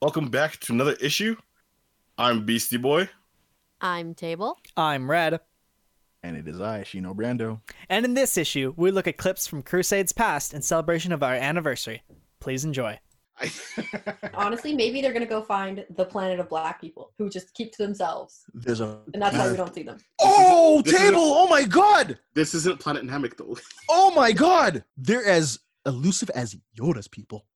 Welcome back to another issue. I'm Beastie Boy. I'm Table. I'm Red. And it is I, Shino Brando. And in this issue, we look at clips from Crusade's past in celebration of our anniversary. Please enjoy. I- Honestly, maybe they're gonna go find the planet of black people who just keep to themselves, There's a. and that's why we don't see them. Oh, This is a- table! Oh my god! This isn't Planet and Hammock though. Oh my god! They're as elusive as Yoda's people,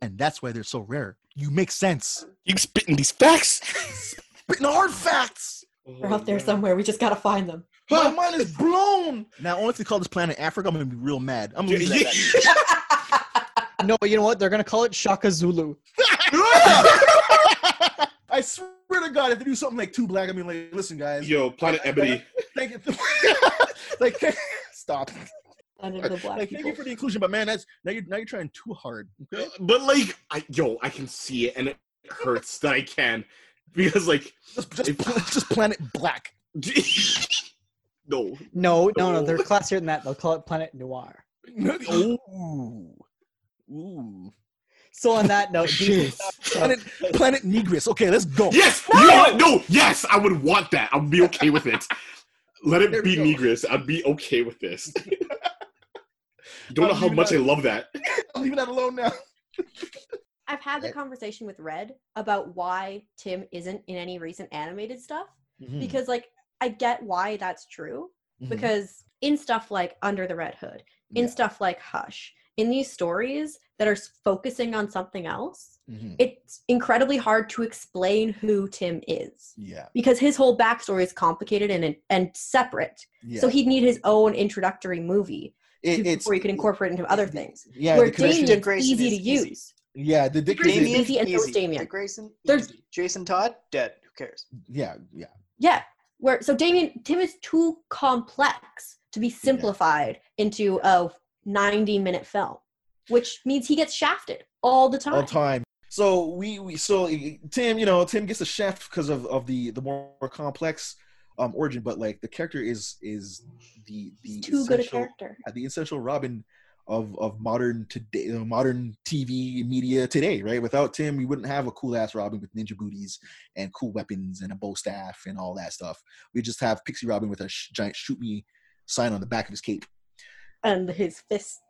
and that's why they're so rare. You make sense. You spitting these facts? But no hard facts. They're out there somewhere. We just gotta find them. My mind is blown. Now, only if they call this planet Africa, I'm gonna be real mad. I'm gonna be like, No, you know what? They're gonna call it Shaka Zulu. I swear to God, if they do something like too black, I mean, like, listen, guys, Yo, Planet Ebony. thank you. like, stop. Planet of the black Like, thank people. you for the inclusion, but man, that's now you're now you're trying too hard. Okay. But like, I, yo, I can see it, and it hurts that I can, because like, Just, just, just planet black. no, No, no, no. No. They're classier than that. They'll call it Planet Noir. Ooh. Ooh. So on that note, Shit. Planet, planet Negress. Okay, let's go. yes, you know what? No, yes, I would want that. I'd be okay with it. Let There it we be go. Negress. I'd be okay with this. Don't know I'm how leaving much I that- love that. I'm leaving that alone now. I've had the conversation with Red about why Tim isn't in any recent animated stuff Mm-hmm. because, like, I get why that's true because in stuff like Under the Red Hood, in Yeah. stuff like Hush, in these stories that are s- focusing on something else, Mhm. it's incredibly hard to explain who Tim is Yeah. because his whole backstory is complicated and and separate. Yeah. So he'd need his own introductory movie It- to, it's- before you can incorporate into other things. Yeah. Where the connection- Damien's Grayson easy is to easy. use. yeah. The Dick Grayson- is- Damien, easy and knows easy. Damien. Dick Grayson, There's- easy. Jason Todd, dead. Who cares? Yeah. Yeah. Yeah. Where so Damien Tim is too complex to be simplified into a 90 minute film, which means he gets shafted all the time. All time. So we, we so eh, Tim, you know, Tim gets a chef because of of the the more complex um origin, but like the character is is the the He's too good a essential- character. at the essential Robin of of modern today, you know, modern TV media today, right? Without Tim, we wouldn't have a cool ass Robin with ninja booties and cool weapons and a bow staff and all that stuff. We just have Pixie Robin with a sh- giant shoot me sign on the back of his cape And his fists.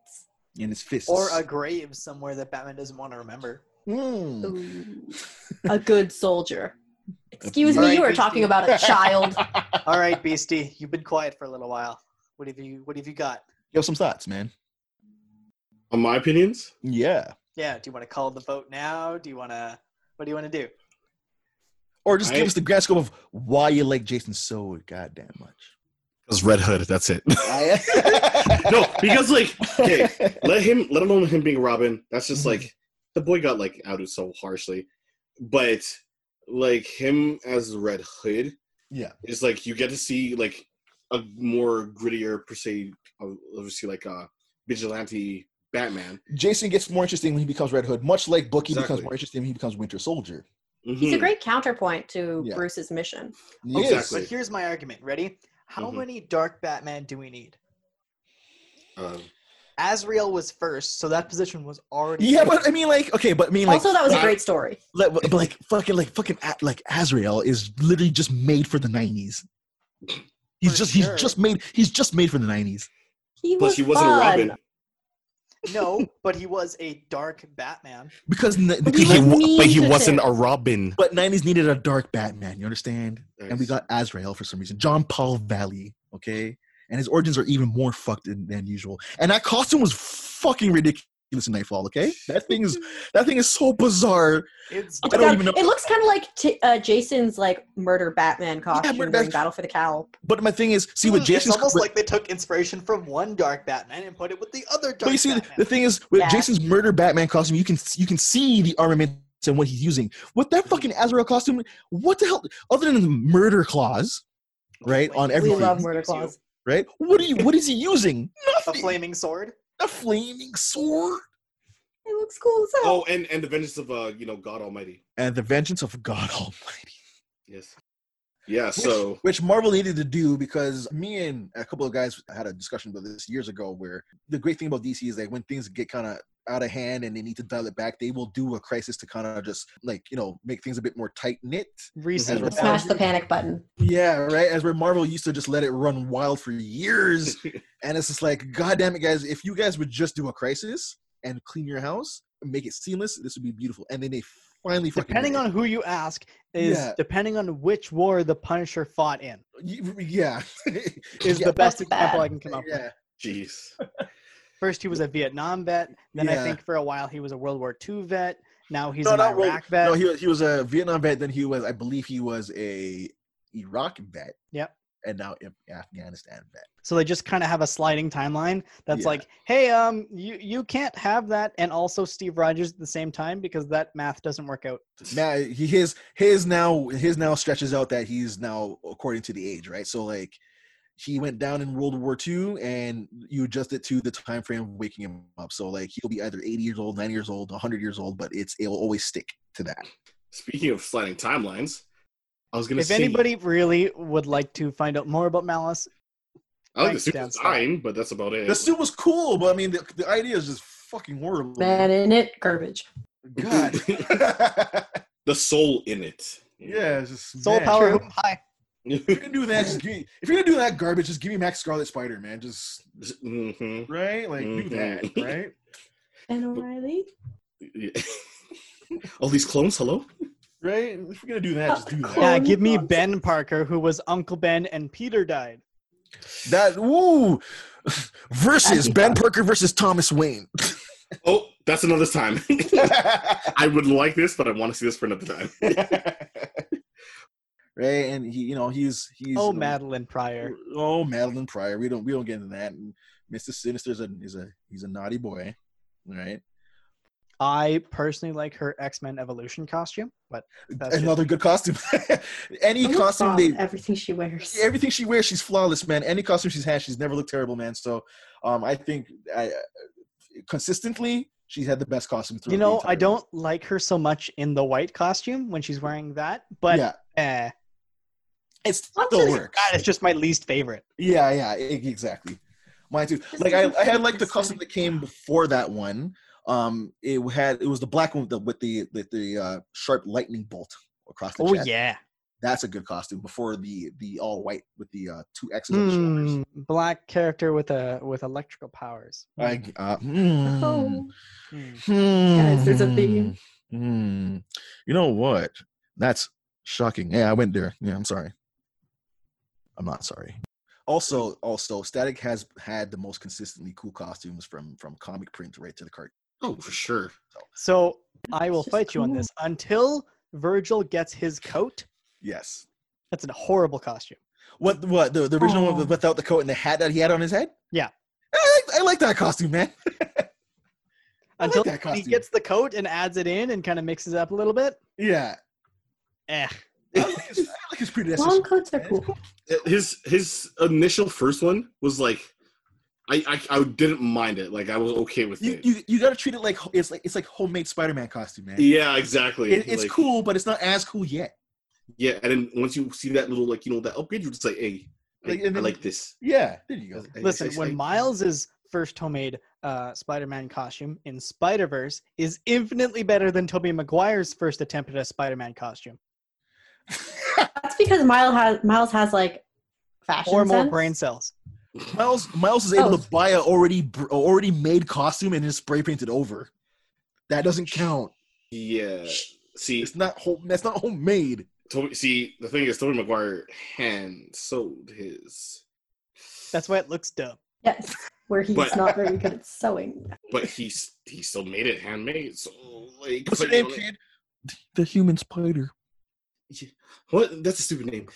and his fists. Or a grave somewhere that Batman doesn't want to remember. Mm. Ooh. a good soldier. Excuse me, Alright, you were Beastie. talking about a child. All right, Beastie, you've been quiet for a little while. What have you? What have you got? Yo, some thoughts, man. On my opinions, Yeah, Yeah. Do you want to call the vote now? Do you want to? What do you want to do? or just I- give us the grand scope of why you like Jason so goddamn much. It's Red Hood. That's it. no, because like, okay, let him let alone him being robin that's just Mhm. like the boy got like outed so harshly but like him as red hood yeah, is like you get to see like a more grittier per se of- obviously like a vigilante batman Jason gets more interesting when he becomes Red Hood, much like Bucky Exactly. becomes more interesting when he becomes Winter Soldier. He's a Mhm. great counterpoint to Yeah. Bruce's mission. He is. Exactly. But here's my argument. Ready? How Mhm. many Dark Batman do we need? uh, Azrael was first, so that position was already. Yeah, but I mean, like, okay, but I mean, like, also, that was a uh, great story. like, but, like fucking, like, fucking, A- like, Azrael is literally just made for the '90s. He's For just, sure. he's just made, he's just made for the '90s. He plus was he wasn't a fun. robin no, but he was a Dark Batman. Because, n- But because he like, was- mean to a Robin. but '90s needed a dark Batman. You understand? And we Nice. got Azrael for some reason. John Paul Valley, okay. And his origins are even more fucked than, than usual. And that costume was fucking ridiculous in Nightfall. Okay, that thing is, that thing is so bizarre. It's Oh my I don't God. even know- It looks kind of like t- uh, Jason's like murder Batman costume murder during Bat- Battle for the Cowl. But my thing is, see what Mm, Jason's It's almost like they took inspiration from one Dark Batman and put it with the other Dark But you see, Batman. the thing is, with Yeah. Jason's murder Batman costume, you can you can see the armaments and what he's using. With that fucking Azrael costume, what the hell? Other than the murder claws, right We on We everything, love murder claws. right? What are you? What is he using? a Nothing. flaming sword. A flaming sword. It looks cool as hell. oh and and the vengeance of uh you know god almighty And the vengeance of God Almighty. yes yeah so which Marvel needed to do because me and a couple of guys had a discussion about this years ago where the great thing about DC is like when things get kind of out of hand and they need to dial it back, they will do a crisis to kind of just like you know make things a bit more tight knit. Reset. Ezra- Oh, Smash the panic button. Yeah, right. As where Marvel used to just let it run wild for years, and it's just like, God damn it, guys! If you guys would just do a crisis and clean your house and make it seamless, this would be beautiful. And then they finally fucking did Depending it. on who you ask, is Yeah. depending on which war the Punisher fought in Y- yeah is Yeah, the best that's example bad. I can come up with. yeah. Jeez. First, he was a Vietnam vet. Then I Yeah. think for a while he was a World War II vet. Now he's No, an not Iraq World- vet. No, he was he was a Vietnam vet. Then he was, I believe, he was a Iraq vet. Yep. And now an Afghanistan vet. So they just kind of have a sliding timeline that's Yeah. like, hey, um, you you can't have that and also Steve Rogers at the same time because that math doesn't work out. Now he his his now his now stretches out that he's now according to the age, right? So like he went down in World War II, and you adjust it to the time frame of waking him up. So like he'll be either 80 years old, 90 years old, 100 years old, but it's it'll always stick to that. Speaking of sliding timelines, I was gonna If say anybody really would like to find out more about Malice, I like the Thanks, suit Dan design, but that's about it. The suit was cool, but I mean the, the idea is just fucking horrible. Man in it, garbage. God. the soul in it. yeah, it's just soul man. power hoop high. If you're gonna do that, just give me, if you're gonna do that garbage, just give me Max Scarlet Spider, man. Just Mhm. right, like do that, Mhm. right? And O'Reilly? Yeah. All these clones, hello? Right? If you're gonna do that, just do that. Yeah, Clone give me Wars. Ben Parker, who was Uncle Ben and Peter died. That woo versus That'd be Ben fun. Parker versus Thomas Wayne. Oh, that's another time. right, I would like this, but I want to see this for another time. and he, you know, he's he's Oh, you know, Madeline Pryor. Oh, Madeline Pryor. We don't we don't get into that. And Mr. Sinister's a is a he's a naughty boy, right? I personally like her X Men Evolution costume, but that's just- Another good costume. Any Look costume bomb, they Everything she wears. everything she wears, she's flawless, man. Any costume she's had, she's never looked terrible, man. So, um, I think I, consistently she's had the best costume. throughout you the know, entire I don't like her so much in the white costume when she's wearing that, but yeah, eh, it other still than works. that is just my least favorite. Yeah, yeah, e- exactly. Mine too. Just Like I, doesn't I had fit like the the costume that aesthetic. came before that one. Um, it had it was the black one with the with the with the uh, sharp lightning bolt across the Oh chest. yeah, That's a good costume. Before the the all white with the uh, two X's on the shoulders. Mm, black character with a with electrical powers. Hmm, I, uh, mm. Oh. Mm. Guys, there's a theme. Hmm. Hmm. You know what? That's shocking. Yeah, I went there. Yeah, I'm sorry. I'm not sorry. Also, also, Static has had the most consistently cool costumes from from comic print right to the cart. Oh, for sure. So I will It's just fight you on this until Virgil gets his coat. Yes. That's a horrible costume. What? What? The, the original Aw. one without the coat and the hat that he had on his head. Yeah. I like, I like that costume, man. I like Until that he costume. gets the coat and adds it in and kind of mixes it up a little bit. yeah. Eh. I like his, I like his predecessor. Long coats are man. cool. His his initial first one was like I I, I didn't mind it. Like I was okay with You, it. you you gotta treat it like it's like it's like homemade Spider-Man costume, man. yeah, exactly. It, it's Like, cool, but it's not as cool yet. Yeah, and then once you see that little like you know that upgrade, you're just like, hey, I, Like, and I then- like this. Yeah, there you go. I- I- Listen, I- when I- Miles's first homemade uh, Spider-Man costume in Spider-Verse is infinitely better than Tobey Maguire's first attempt at a Spider-Man costume. That's because Miles has Miles has like fashion Four more sense. brain cells. Miles Miles is able to buy a already br- already made costume and just spray paint it over. That doesn't count. yeah. See, It's not home. That's not homemade. Toby, see, the thing is, Toby Maguire hand sewed his, That's why it looks dumb. Yes, where he's But- not very good at sewing. but he s- he still made it handmade. So like, What's but your you name, know, like- kid? The human spider. What? That's a stupid name.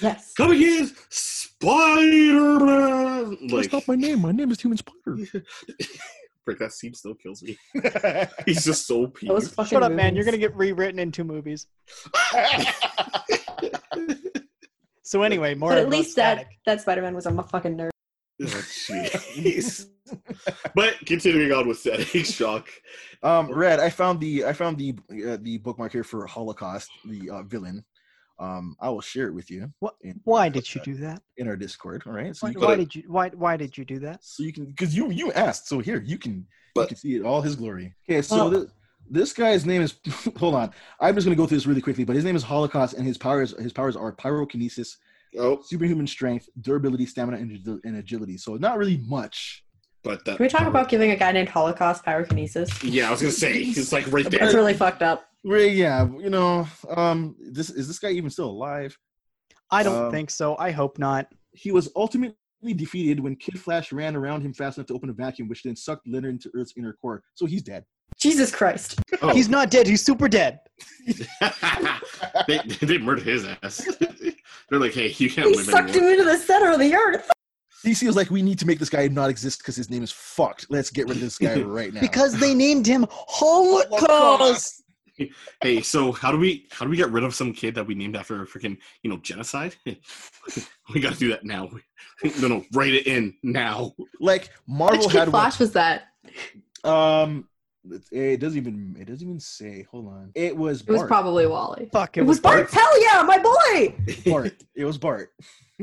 Yes. Come again, Spider Man. Like, name. My name is human spider. Frick, that scene still kills me. He's just so That was peeved. fucking Shut up, movies. man. You're going to get rewritten in two movies. So anyway, more But at about least that static. that Spider Man was a mu- fucking nerd. Oh, Jeez. but continuing on with static shock. um, Red, I found the I found the uh, the bookmark here for Holocaust, the uh, villain. Um, I will share it with you. What- in- Why did you do that? in our Discord? All right, so Why, you, But why it- did you? Why? Why did you do that? so you can because you you asked. So here you can you But- can see it all his glory. Okay, so Oh. thi- this guy's name is hold on. I'm just gonna go through this really quickly, but his name is Holocaust, and his powers his powers are pyrokinesis, Oh, superhuman strength, durability, stamina, and, agil- and agility. So not really much. but Can we that. talk about giving a guy named Holocaust pyrokinesis? Yeah, I was gonna say it's like right That's there. really fucked up. Well, yeah, you know, um, this is this guy even still alive? I don't Um, think so. I hope not. He was ultimately defeated when Kid Flash ran around him fast enough to open a vacuum, which then sucked Leonard into Earth's inner core. So he's dead. Jesus Christ. Oh. He's not dead. He's super dead. they they murdered his ass. They're like, hey, you can't He live sucked anymore. him into the center of the earth. DC was like, we need to make this guy not exist because his name is fucked. Let's get rid of this guy right now. Because they named him Holocaust. Hey, so how do we how do we get rid of some kid that we named after a freaking you know genocide? we gotta do that now. no, no, write it in now. like Marvel Which Kid had Flash was that? one. Um, it- it doesn't even it doesn't even say. Hold on. It was It was Bart. probably Wally. Fuck. It, was, Bart. Hell yeah, my boy. Bart. It was Bart.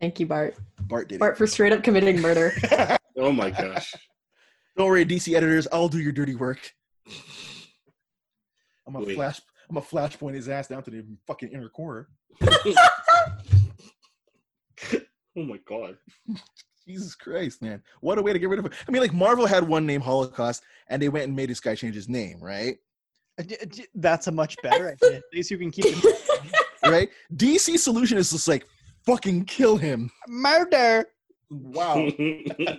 Thank you, Bart. Bart did Bart for straight up committing murder. it. Oh my gosh. Don't worry, DC editors. I'll do your dirty work. I'm a Wait. flash. I'm a flashpoint his ass down to the fucking inner core. Oh my god. Jesus Christ, man! What a way to get rid of it. I mean, like Marvel had one name, Holocaust, and they went and made this guy change his name, right? Uh, d- d- That's a much better idea. At least you can keep him. Right? DC solution is just like fucking kill him. Murder. Wow. we made a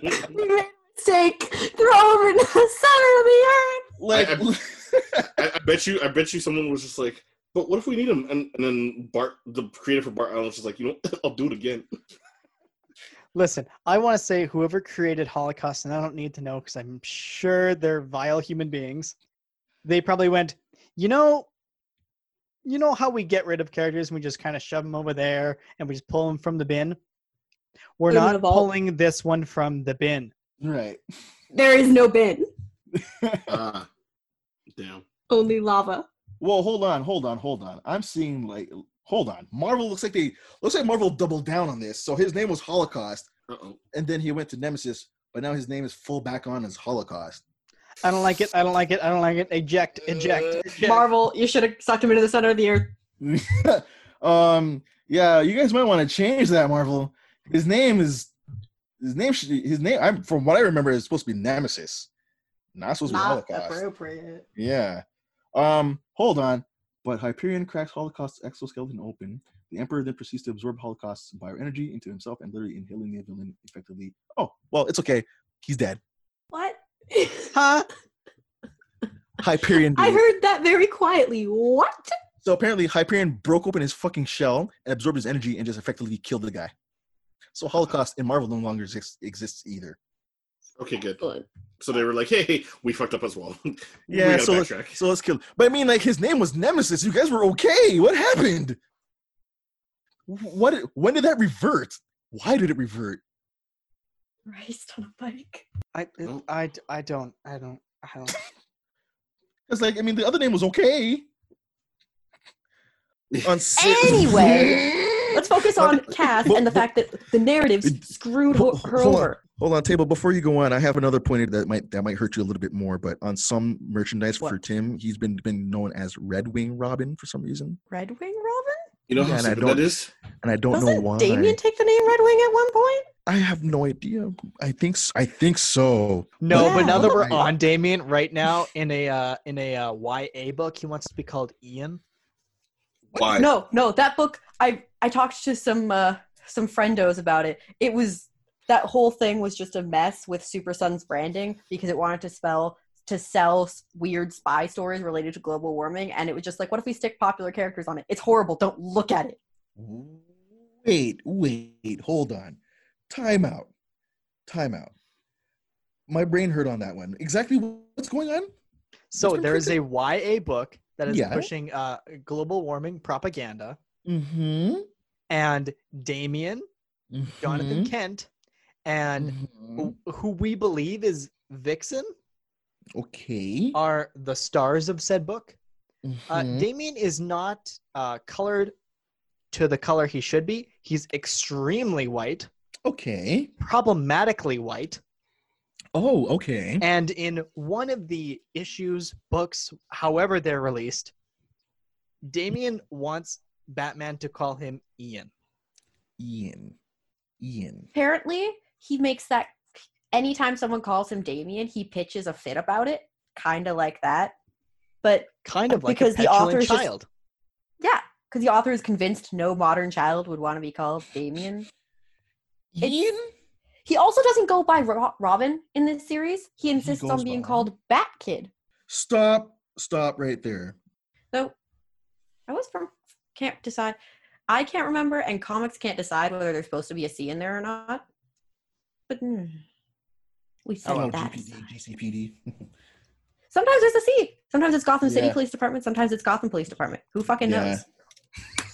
mistake. Throw him in the center of the earth. like, I- I, I bet you I bet you someone was just like, but what if we need him? And and then Bart the creator for Bart Allen was just like, you know, what? I'll do it again. Listen, I want to say whoever created Holocaust, and I don't need to know because I'm sure they're vile human beings. They probably went, you know, you know how we get rid of characters and we just kind of shove them over there and we just pull them from the bin. We're Put 'em in not a vault. pulling this one from the bin. right. There is no bin, Ah. Damn. only lava. Well, hold on, hold on, hold on. I'm seeing like, hold on. Marvel looks like they looks like Marvel doubled down on this. So his name was Holocaust, Uh oh. and then he went to Nemesis, but now his name is full back on as Holocaust. I don't like it. I don't like it. I don't like it. Eject. Eject. eject. Marvel, you should have sucked him into the center of the earth. um, yeah, you guys might want to change that, Marvel. His name is his name. Should, his name, I'm from what I remember, is supposed to be Nemesis, not supposed to be Not Holocaust. appropriate. Yeah. Um, hold on. But Hyperion cracks Holocaust's exoskeleton open. The Emperor then proceeds to absorb Holocaust's bioenergy into himself and literally inhaling the villain effectively. Oh, well, it's okay. He's dead. What? Huh? Hyperion. I did it. heard that very quietly. What? so apparently, Hyperion broke open his fucking shell and absorbed his energy and just effectively killed the guy. So Holocaust in Marvel no longer exists, exists either. Okay, good. Excellent. So they were like, hey, we fucked up as well. We Yeah, gotta so let's, backtrack. so let's kill. But I mean, like his name was Nemesis. You guys were okay. What happened? What? When did that revert? Why did it revert? Raced on a bike. I, Nope. I, I don't. I don't. I don't. It's like, I mean, the other name was okay. On si- Anyway, let's focus on Cass and the fact that the narratives screwed ho- her Hold on. over. hold on, table. Before you go on, I have another pointer that might that might hurt you a little bit more. But on some merchandise for What? Tim, he's been been known as Red Wing Robin for some reason, Red Wing Robin? you know Yeah, how and I stupid don't- that is? and I don't know Doesn't why. Damien take the name Red Wing at one point? I have no idea. I think s- I think so. No, but now that we're Yeah. on Damien right now in a uh, in a uh, YA book, he wants to be called Ian. Why? No, no, that book. I I talked to some uh, some friendos about it. It was that whole thing was just a mess with Super Sun's branding because it wanted to spell to sell s- weird spy stories related to global warming, and it was just like, what if we stick popular characters on it? It's horrible. Don't look at it. Wait, wait, hold on. Time out. Time out. My brain hurt on that one. Exactly what's going on? So Mr. there is a YA book that is Yeah. pushing uh, global warming propaganda, Mm-hmm. and Damien, Jonathan Mm-hmm. Kent, and Mhm. wh- who we believe is Vixen Okay. Uh, are the stars of said book. Uh, Mhm. Damien is not uh, colored to the color he should be. He's extremely white, okay. problematically white. Oh, okay. And in one of the issues, books, however they're released, Damien wants Batman to call him Ian. Ian. Ian. Apparently, he makes that anytime someone calls him Damien, he pitches a fit about it, kind of like that. But Kind of like Because a the petulant author is just- child. yeah, because the author is convinced no modern child would want to be called Damien. It's- Ian? He also doesn't go by Ro- Robin in this series. He insists goes on being by- called Bat Kid. Stop. Stop right there. So I was from can't decide. I can't remember, and comics can't decide whether there's supposed to be a C in there or not. But hmm, we set Oh, that. GPD, aside. GCPD. Sometimes there's a C. Sometimes it's Gotham City Yeah. Police Department. Sometimes it's Gotham Police Department. Who fucking Yeah. knows?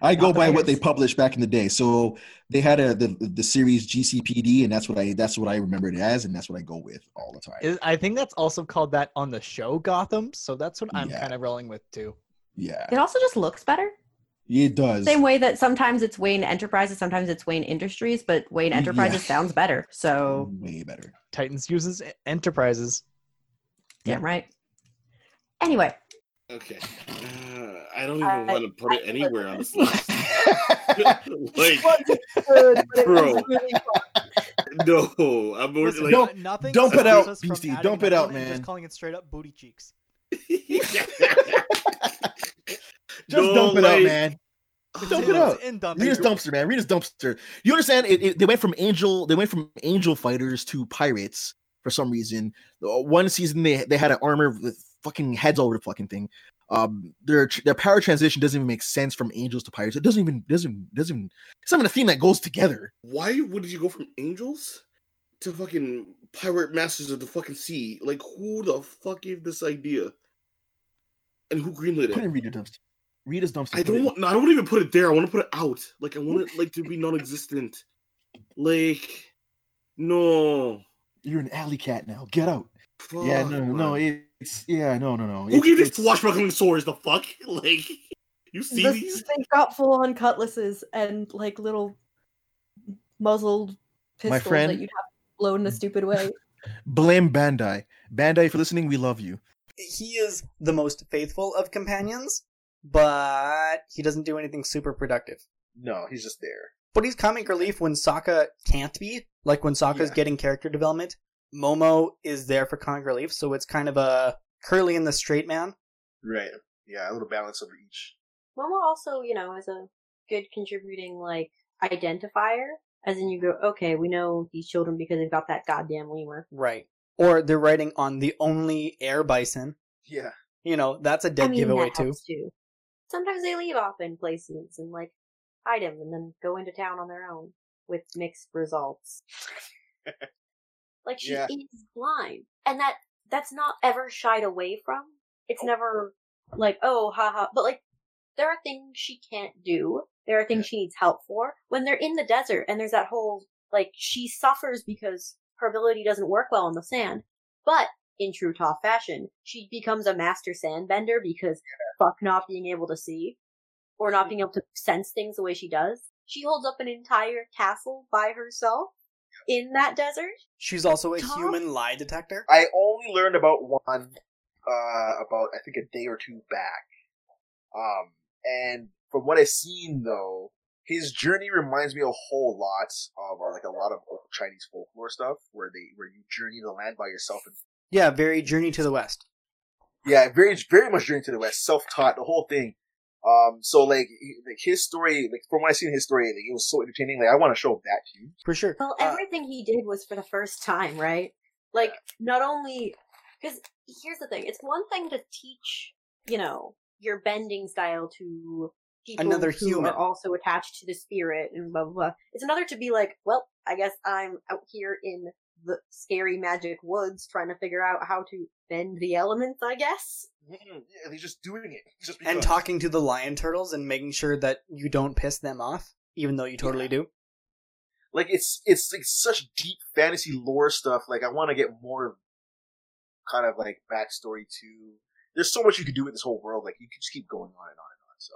I go Not the by what worst. they published back in the day. So they had a the, the series GCPD, and that's what I that's what I remember it as, and that's what I go with all the time. Is- I think that's also called that on the show Gotham, so that's what I'm Yeah. kind of rolling with too. yeah, It also just looks better. it does. Same way that sometimes it's Wayne Enterprises, sometimes it's Wayne Industries, but Wayne Mm, Yeah. Mm, Enterprises sounds better. So way better. Titans uses E- Enterprises. damn right. Anyway, Okay. Uh, I don't even I- want to put it I- anywhere on this list. like, Bro. no, I'm more Listen, like. Don't- nothing don't put stops out, us from BC, adding don't put that out, in and Just man. calling it straight up booty cheeks. Just No, dump it out, like- man. Dump it out. And dump Reader's dumpster, man. Reader's dumpster. You understand? It, it, they went from angel. They went from angel fighters to pirates for some reason. Uh, One season they they had an armor with fucking heads all over the fucking thing. Um, their tr- their power transition doesn't even make sense from angels to pirates. It doesn't even doesn't doesn't. even- It's not even a theme that goes together. Why would you go from angels to fucking pirate masters of the fucking sea? Like, who the fuck gave this idea? And who greenlit Put it? in reader dumpster. Reader's dumpster. I don't want. No, I don't even put it there. I want to put it out. Like, I want it like to be non-existent. Like, no. You're an alley cat now. Get out. yeah, Fuck, no, man. no. It, it's yeah, no, no, no. Who It- gave this it's- swashbuckling swords the fuck? Like, you see these? they've got full on cutlasses and like little muzzled My pistols that friend- you'd have blown in a stupid way. Blame Bandai. Bandai, if you're listening, we love you. He is the most faithful of companions, but he doesn't do anything super productive. No, he's just there. But he's comic relief when Sokka can't be, like when Sokka's Yeah. getting character development. Momo is there for comic relief, so it's kind of a curly and the straight man. Right. Yeah, a little balance over each. Momo also, you know, is a good contributing like identifier. As in, you go, okay, we know these children because they've got that goddamn lemur. Right. Or they're writing on the only air bison. Yeah. You know, that's a dead I mean, giveaway that too. helps too. Sometimes they leave off in placements and like hide him, and then go into town on their own with mixed results. like she Yeah. is blind, and that that's not ever shied away from. It's never like oh haha, but like there are things she can't do. There are things she needs help for when they're in the desert, and there's that whole like she suffers because her ability doesn't work well in the sand, but. In true Toph fashion, she becomes a master sandbender because fuck not being able to see or not being able to sense things the way she does. She holds up an entire castle by herself in that desert. She's also a Tom? human lie detector. I only learned about one uh, about I think a day or two back. Um, and from what I've seen though, his journey reminds me a whole lot of uh, like a lot of old Chinese folklore stuff where they where you journey the land by yourself and Yeah, very Journey to the West. yeah, very very much Journey to the West, self taught, the whole thing. Um, so like he- like his story, like from what I seen his story, like it was so entertaining. Like I want to show that to you. For sure. Well, Uh, everything he did was for the first time, right? Like, not only. Because here's the thing it's one thing to teach, you know, your bending style to people Another who human. are also attached to the spirit and blah, blah, blah. It's another to be like, well, I guess I'm out here in the scary magic woods trying to figure out how to bend the elements, I guess. Yeah, he's just doing it. Just and talking to the lion turtles and making sure that you don't piss them off, even though you totally do. like it's it's like such deep fantasy lore stuff. Like I want to get more kind of like backstory to there's so much you can do with this whole world. Like you can just keep going on and on and on. So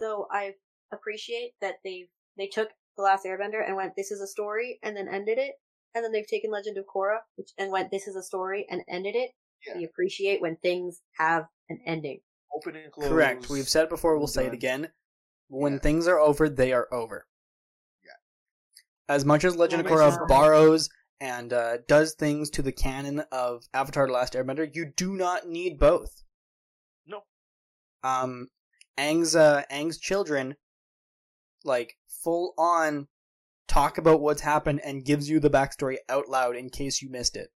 So I appreciate that they they took the last Airbender and went, "This is a story," and then ended it. And then they've taken Legend of Korra which, and went, "This is a story," and ended it. Yeah. We appreciate when things have an ending. open and close. Correct. We've said it before, we'll say it Done. again. When Yeah. things are over, they are over. As much as Legend of Well, makes Korra sense. borrows and uh, does things to the canon of Avatar The Last Airbender, you do not need both. No. Um, Aang's, uh, Aang's children, like, full on talk about what's happened and gives you the backstory out loud in case you missed it.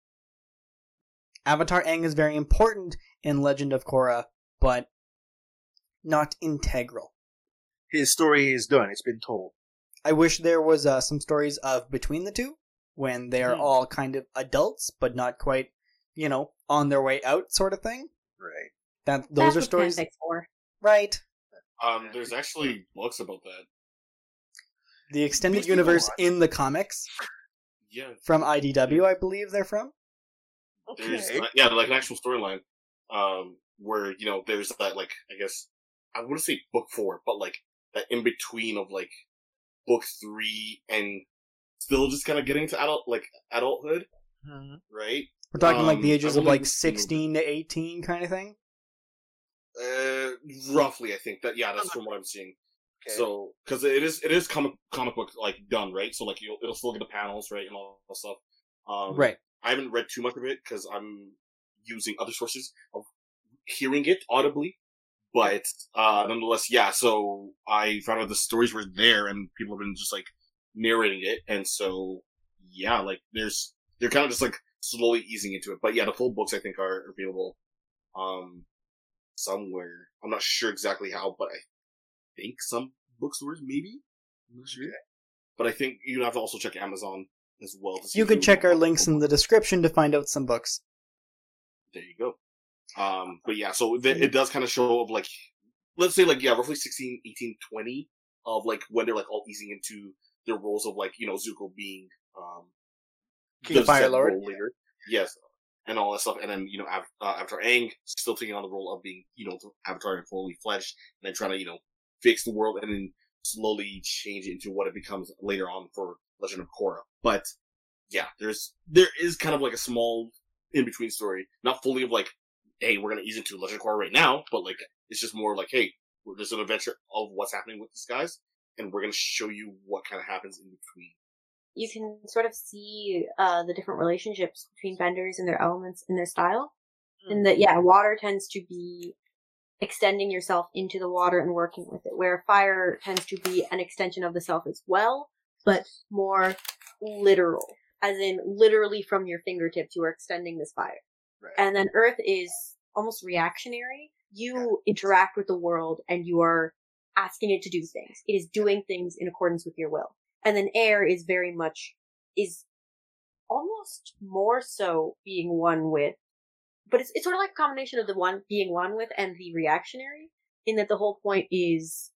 Avatar Aang is very important in Legend of Korra, but not integral. his story is done. It's been told. I wish there was uh, some stories of between the two when they are Hmm. all kind of adults but not quite, you know, on their way out sort of thing. Right. That those That's are what stories, fanfics for. right? Um, there's actually books about that. The extended Makes me universe watch. in the comics Yeah, from IDW, I believe they're from. there's uh, yeah, like an actual storyline. Um, where you know there's that like I guess I want to say book four, but like that in between of like book three and still just kind of getting to adult like adulthood, Mm-hmm. right? We're talking like Um, the ages I of like believe- sixteen to eighteen, kind of thing. Uh, roughly, I think that yeah, that's from what I'm seeing. Okay. So, because it is it is comic comic book like done right, so like you'll, it'll still get the panels right and all that stuff. Um, Right. I haven't read too much of it because I'm using other sources of hearing it audibly, but uh, nonetheless, yeah. So I found out the stories were there, and people have been just like narrating it, and so yeah, like there's they're kind of just like slowly easing into it. But yeah, the full books I think are available um somewhere. I'm not sure exactly how, but I think some bookstores maybe. I'm not sure. But I think you have to also check Amazon as well. to see You if can they check our have links in the description to find out some books. there you go. Um, but yeah, so th- it does kind of show of like, let's say like, yeah, roughly 16, 18, 20 of like when they're like all easing into their roles of like, you know, Zuko being, um, King Fire said Lord. role leader. Yes. And all that stuff. And then, you know, Av- uh, Avatar Aang still taking on the role of being, you know, the Avatar and fully fledged and then trying to, you know, fix the world and then slowly change it into what it becomes later on for Legend of Korra. But yeah, there's, there is kind of like a small in between story, not fully of like, hey, we're gonna ease into Legend of Korra right now, but like it's just more like, hey, we're just an adventure of what's happening with these guys, and we're gonna show you what kind of happens in between. You can sort of see uh, the different relationships between benders and their elements and their style. And that, yeah, water tends to be extending yourself into the water and working with it, where fire tends to be an extension of the self as well, but more literal, as in literally from your fingertips, you are extending this fire. Right. and then earth is almost reactionary you interact with the world and you are asking it to do things it is doing things in accordance with your will and then air is very much is almost more so being one with but it's, it's sort of like a combination of the one being one with and the reactionary in that the whole point is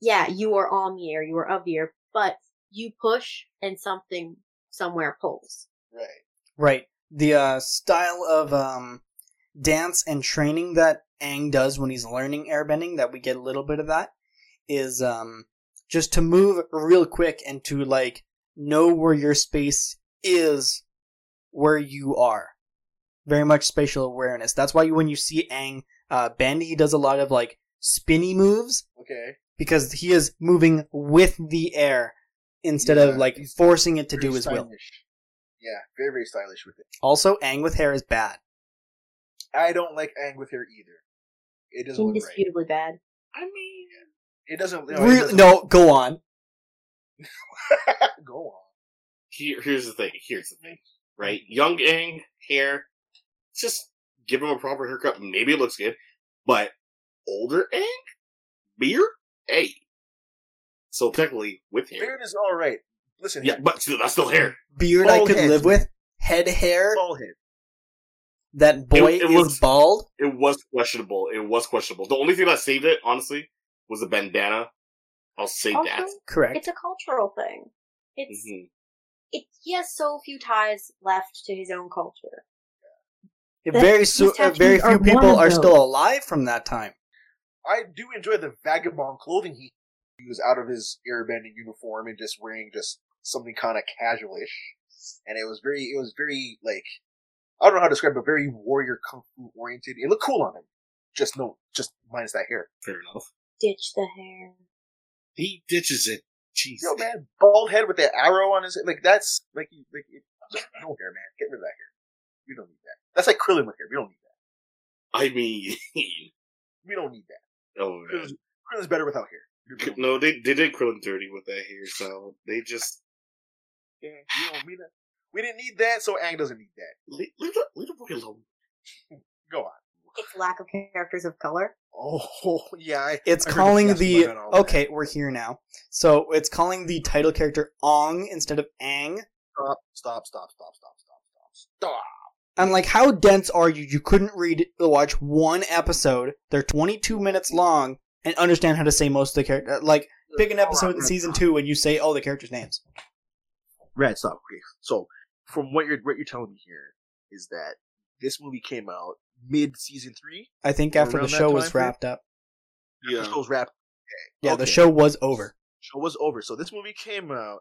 yeah you are on the air you are of the air but you push and something somewhere pulls Right. Right. The uh, style of um, dance and training that Aang does when he's learning airbending, that we get a little bit of that, is um, just to move real quick and to like know where your space is where you are. Very much spatial awareness. That's why when you see Aang uh, bend, he does a lot of like spinny moves Okay. because he is moving with the air instead of Yeah, like he's forcing it to Very do his will. stylish. Yeah, very very stylish with it. Also, Aang with hair is bad. I don't like Ang with her either. It doesn't look right. indisputably bad I mean, It doesn't. No, it Really? doesn't- No, go on. Go on. here, here's the thing. Here's the thing. Hmm. Right, young Aang hair, just give him a proper haircut. Maybe it looks good, but older Aang beard, hey. So technically, with hair, Beard is all right. Listen, yeah, but still, that's still hair. Beard I Bald could head. live with. Head hair. bald head. That boy It- is it looks- bald. It was questionable. It was questionable. The only thing that saved it, honestly, was the bandana. I'll say Also, that. Correct. it's a cultural thing. It's Mhm. it. He has so few ties left to his own culture, If The- very these so, tattoos very few are people one of are those. still alive from that time. I do enjoy the vagabond clothing he used out of his airbending uniform and just wearing just something kind of casualish. And it was very, it was very like I don't know how to describe, it, but very warrior kung fu oriented. It looked cool on him. Just no, just minus that hair. Fair enough. Ditch the hair. He ditches it. Jeez. Yo, man, bald head with that arrow on his head, like that's like you- like it, just no hair, man. Get rid of that hair. We don't need that. That's like Krillin with hair. We don't need that. I mean, We don't need that. oh man. Krillin's better without hair. We don't No, they they did Krillin dirty with that hair, so they just Yeah, you know, we, don't- we didn't need that, so Ang doesn't need that. leave, leave, the, leave the boy alone. Go on. It's lack of characters of color. Oh, yeah. I, It's I heard calling discussion the about that all okay. We're here now, so it's calling the title character Ong instead of Ang. Stop, stop, stop, stop, stop, stop, stop, stop. I'm like, how dense are you? You couldn't read or watch one episode. They're 22 minutes long and understand how to say most of the character. Like, pick an episode in season two and you say all the characters' names. Red, stop. Okay, so from what you're what you're telling me here is that this movie came out mid season three. I think after Around the that show time was frame? wrapped up. The show's wrapped. Yeah, the Okay. show was over. Show was over. So this movie came out,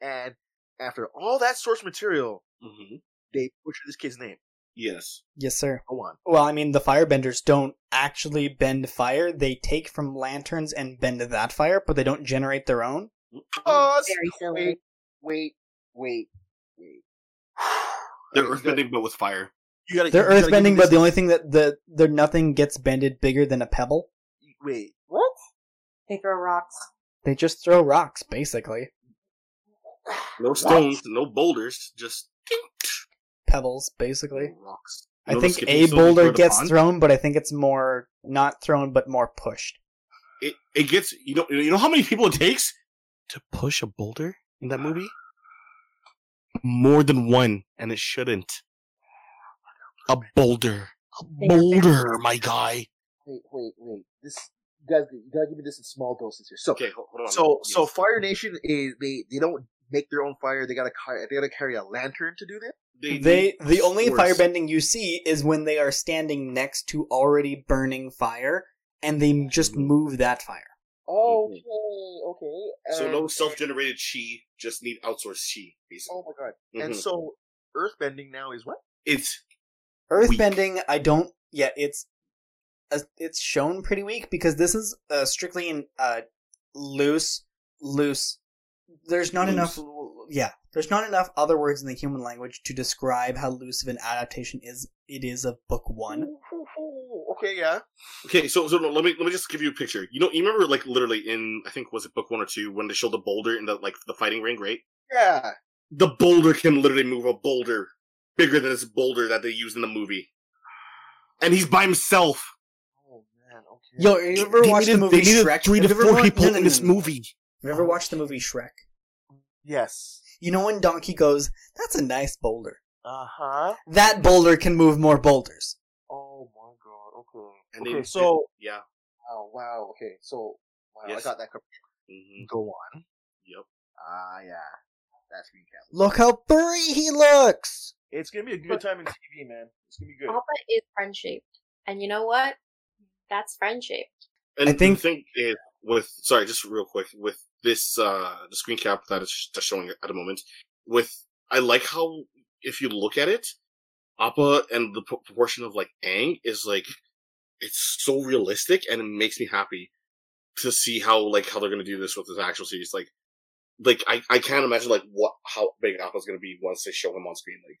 and after all that source material, hmm Mm-hmm. they butchered this kid's name. Yes. Yes, sir. Go on. Well, I mean, the firebenders don't actually bend fire. They take from lanterns and bend that fire, but they don't generate their own. Pause. Very silly. Wait, wait, wait, wait. They're Okay, you gotta- earthbending, but with fire. You gotta, They're you gotta give me earthbending, but this- the only thing that the there nothing gets bended bigger than a pebble. wait. What? They throw rocks. They just throw rocks, basically. No stones, no boulders, just Pebbles, basically. rocks. I You know the think skipping a stones boulder for the gets pond? thrown, but I think it's more not thrown, but more pushed. It, it gets you know you know how many people it takes to push a boulder in that movie? More than one, and it shouldn't. A boulder. A They are very- boulder, my guy. wait, wait, wait. This you guys, you gotta give me this in small doses here. So, Okay, hold, hold on. so, Yes. so Fire Nation is they they don't make their own fire. They gotta carry they gotta carry a lantern to do this. they, They need the only source. firebending you see is when they are standing next to already burning fire, and they just move that fire. Okay, okay. So and- no self-generated chi, just need outsourced chi, basically. Oh my god! Mhm. And so earthbending now is what? it's Weak. Earthbending, I don't. Yeah, it's uh, it's shown pretty weak because this is uh, strictly in uh, loose, loose. There's not enough. Yeah, there's not enough other words in the human language to describe how loose of an adaptation is. It is of book one. Okay, yeah. Okay, so so no, let me let me just give you a picture. You know, you remember like literally in I think was it book one or two when they showed the boulder in the like the fighting ring, right? Yeah. The boulder can literally move a boulder bigger than this boulder that they used in the movie, and he's by himself. Oh man. Okay. Yo, you ever They watched the needed- movie they needed Shrek? Three to Have you ever four wa- people no, no, in no, this no, no. movie. Have you ever watched the movie Shrek? Yes. You know when Donkey goes, "That's a nice boulder." Uh huh. That boulder can move more boulders. Oh my god. Okay. And okay. they- so. Yeah. Oh wow. Okay. So. Wow, Yes. I got that. correct. hmm Go on. Yep. Ah yeah. That's recap. Look how furry he looks. It's gonna be a good time in TV, man. It's gonna be good. Alpha is friend shaped. And you know what? That's friend shaped. And I think- the thing is with sorry, just real quick with this uh the screen cap that is just showing at the moment. With I like how if you look at it, Appa and the pro- proportion of like Ang is like it's so realistic and it makes me happy to see how like how they're gonna do this with this actual series. Like, like I I can't imagine like what how big Appa's gonna be once they show him on screen. Like,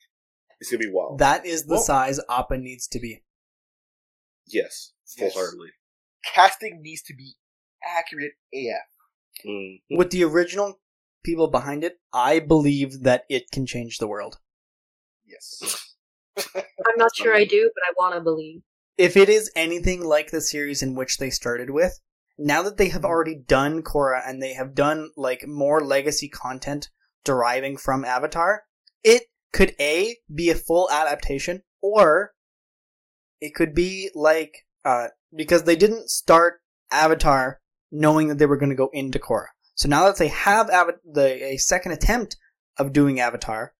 it's gonna be Oh. wild. That is the Well- size Appa needs to be. yes, Yes. full heartedly. Casting needs to be accurate AF. Mm. With the original people behind it, I believe that it can change the world. Yes. I'm not sure I do, but I want to believe. If it is anything like the series in which they started with, now that they have already done Korra and they have done like more legacy content deriving from Avatar, it could A be a full adaptation or it could be like uh because they didn't start Avatar knowing that they were going to go into Korra. So now that they have Ava- the a second attempt of doing Avatar,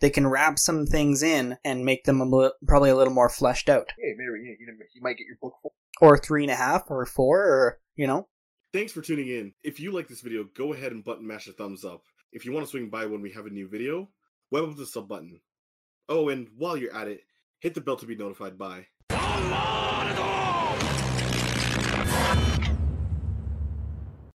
they can wrap some things in and make them a li- probably a little more fleshed out. Hey, maybe you, you, you might get your book full. Or three and a half, or four, or you know, Thanks for tuning in. If you like this video, go ahead and button mash a thumbs up. If you want to swing by when we have a new video, web up the sub button. Oh, and while you're at it, hit the bell to be notified by.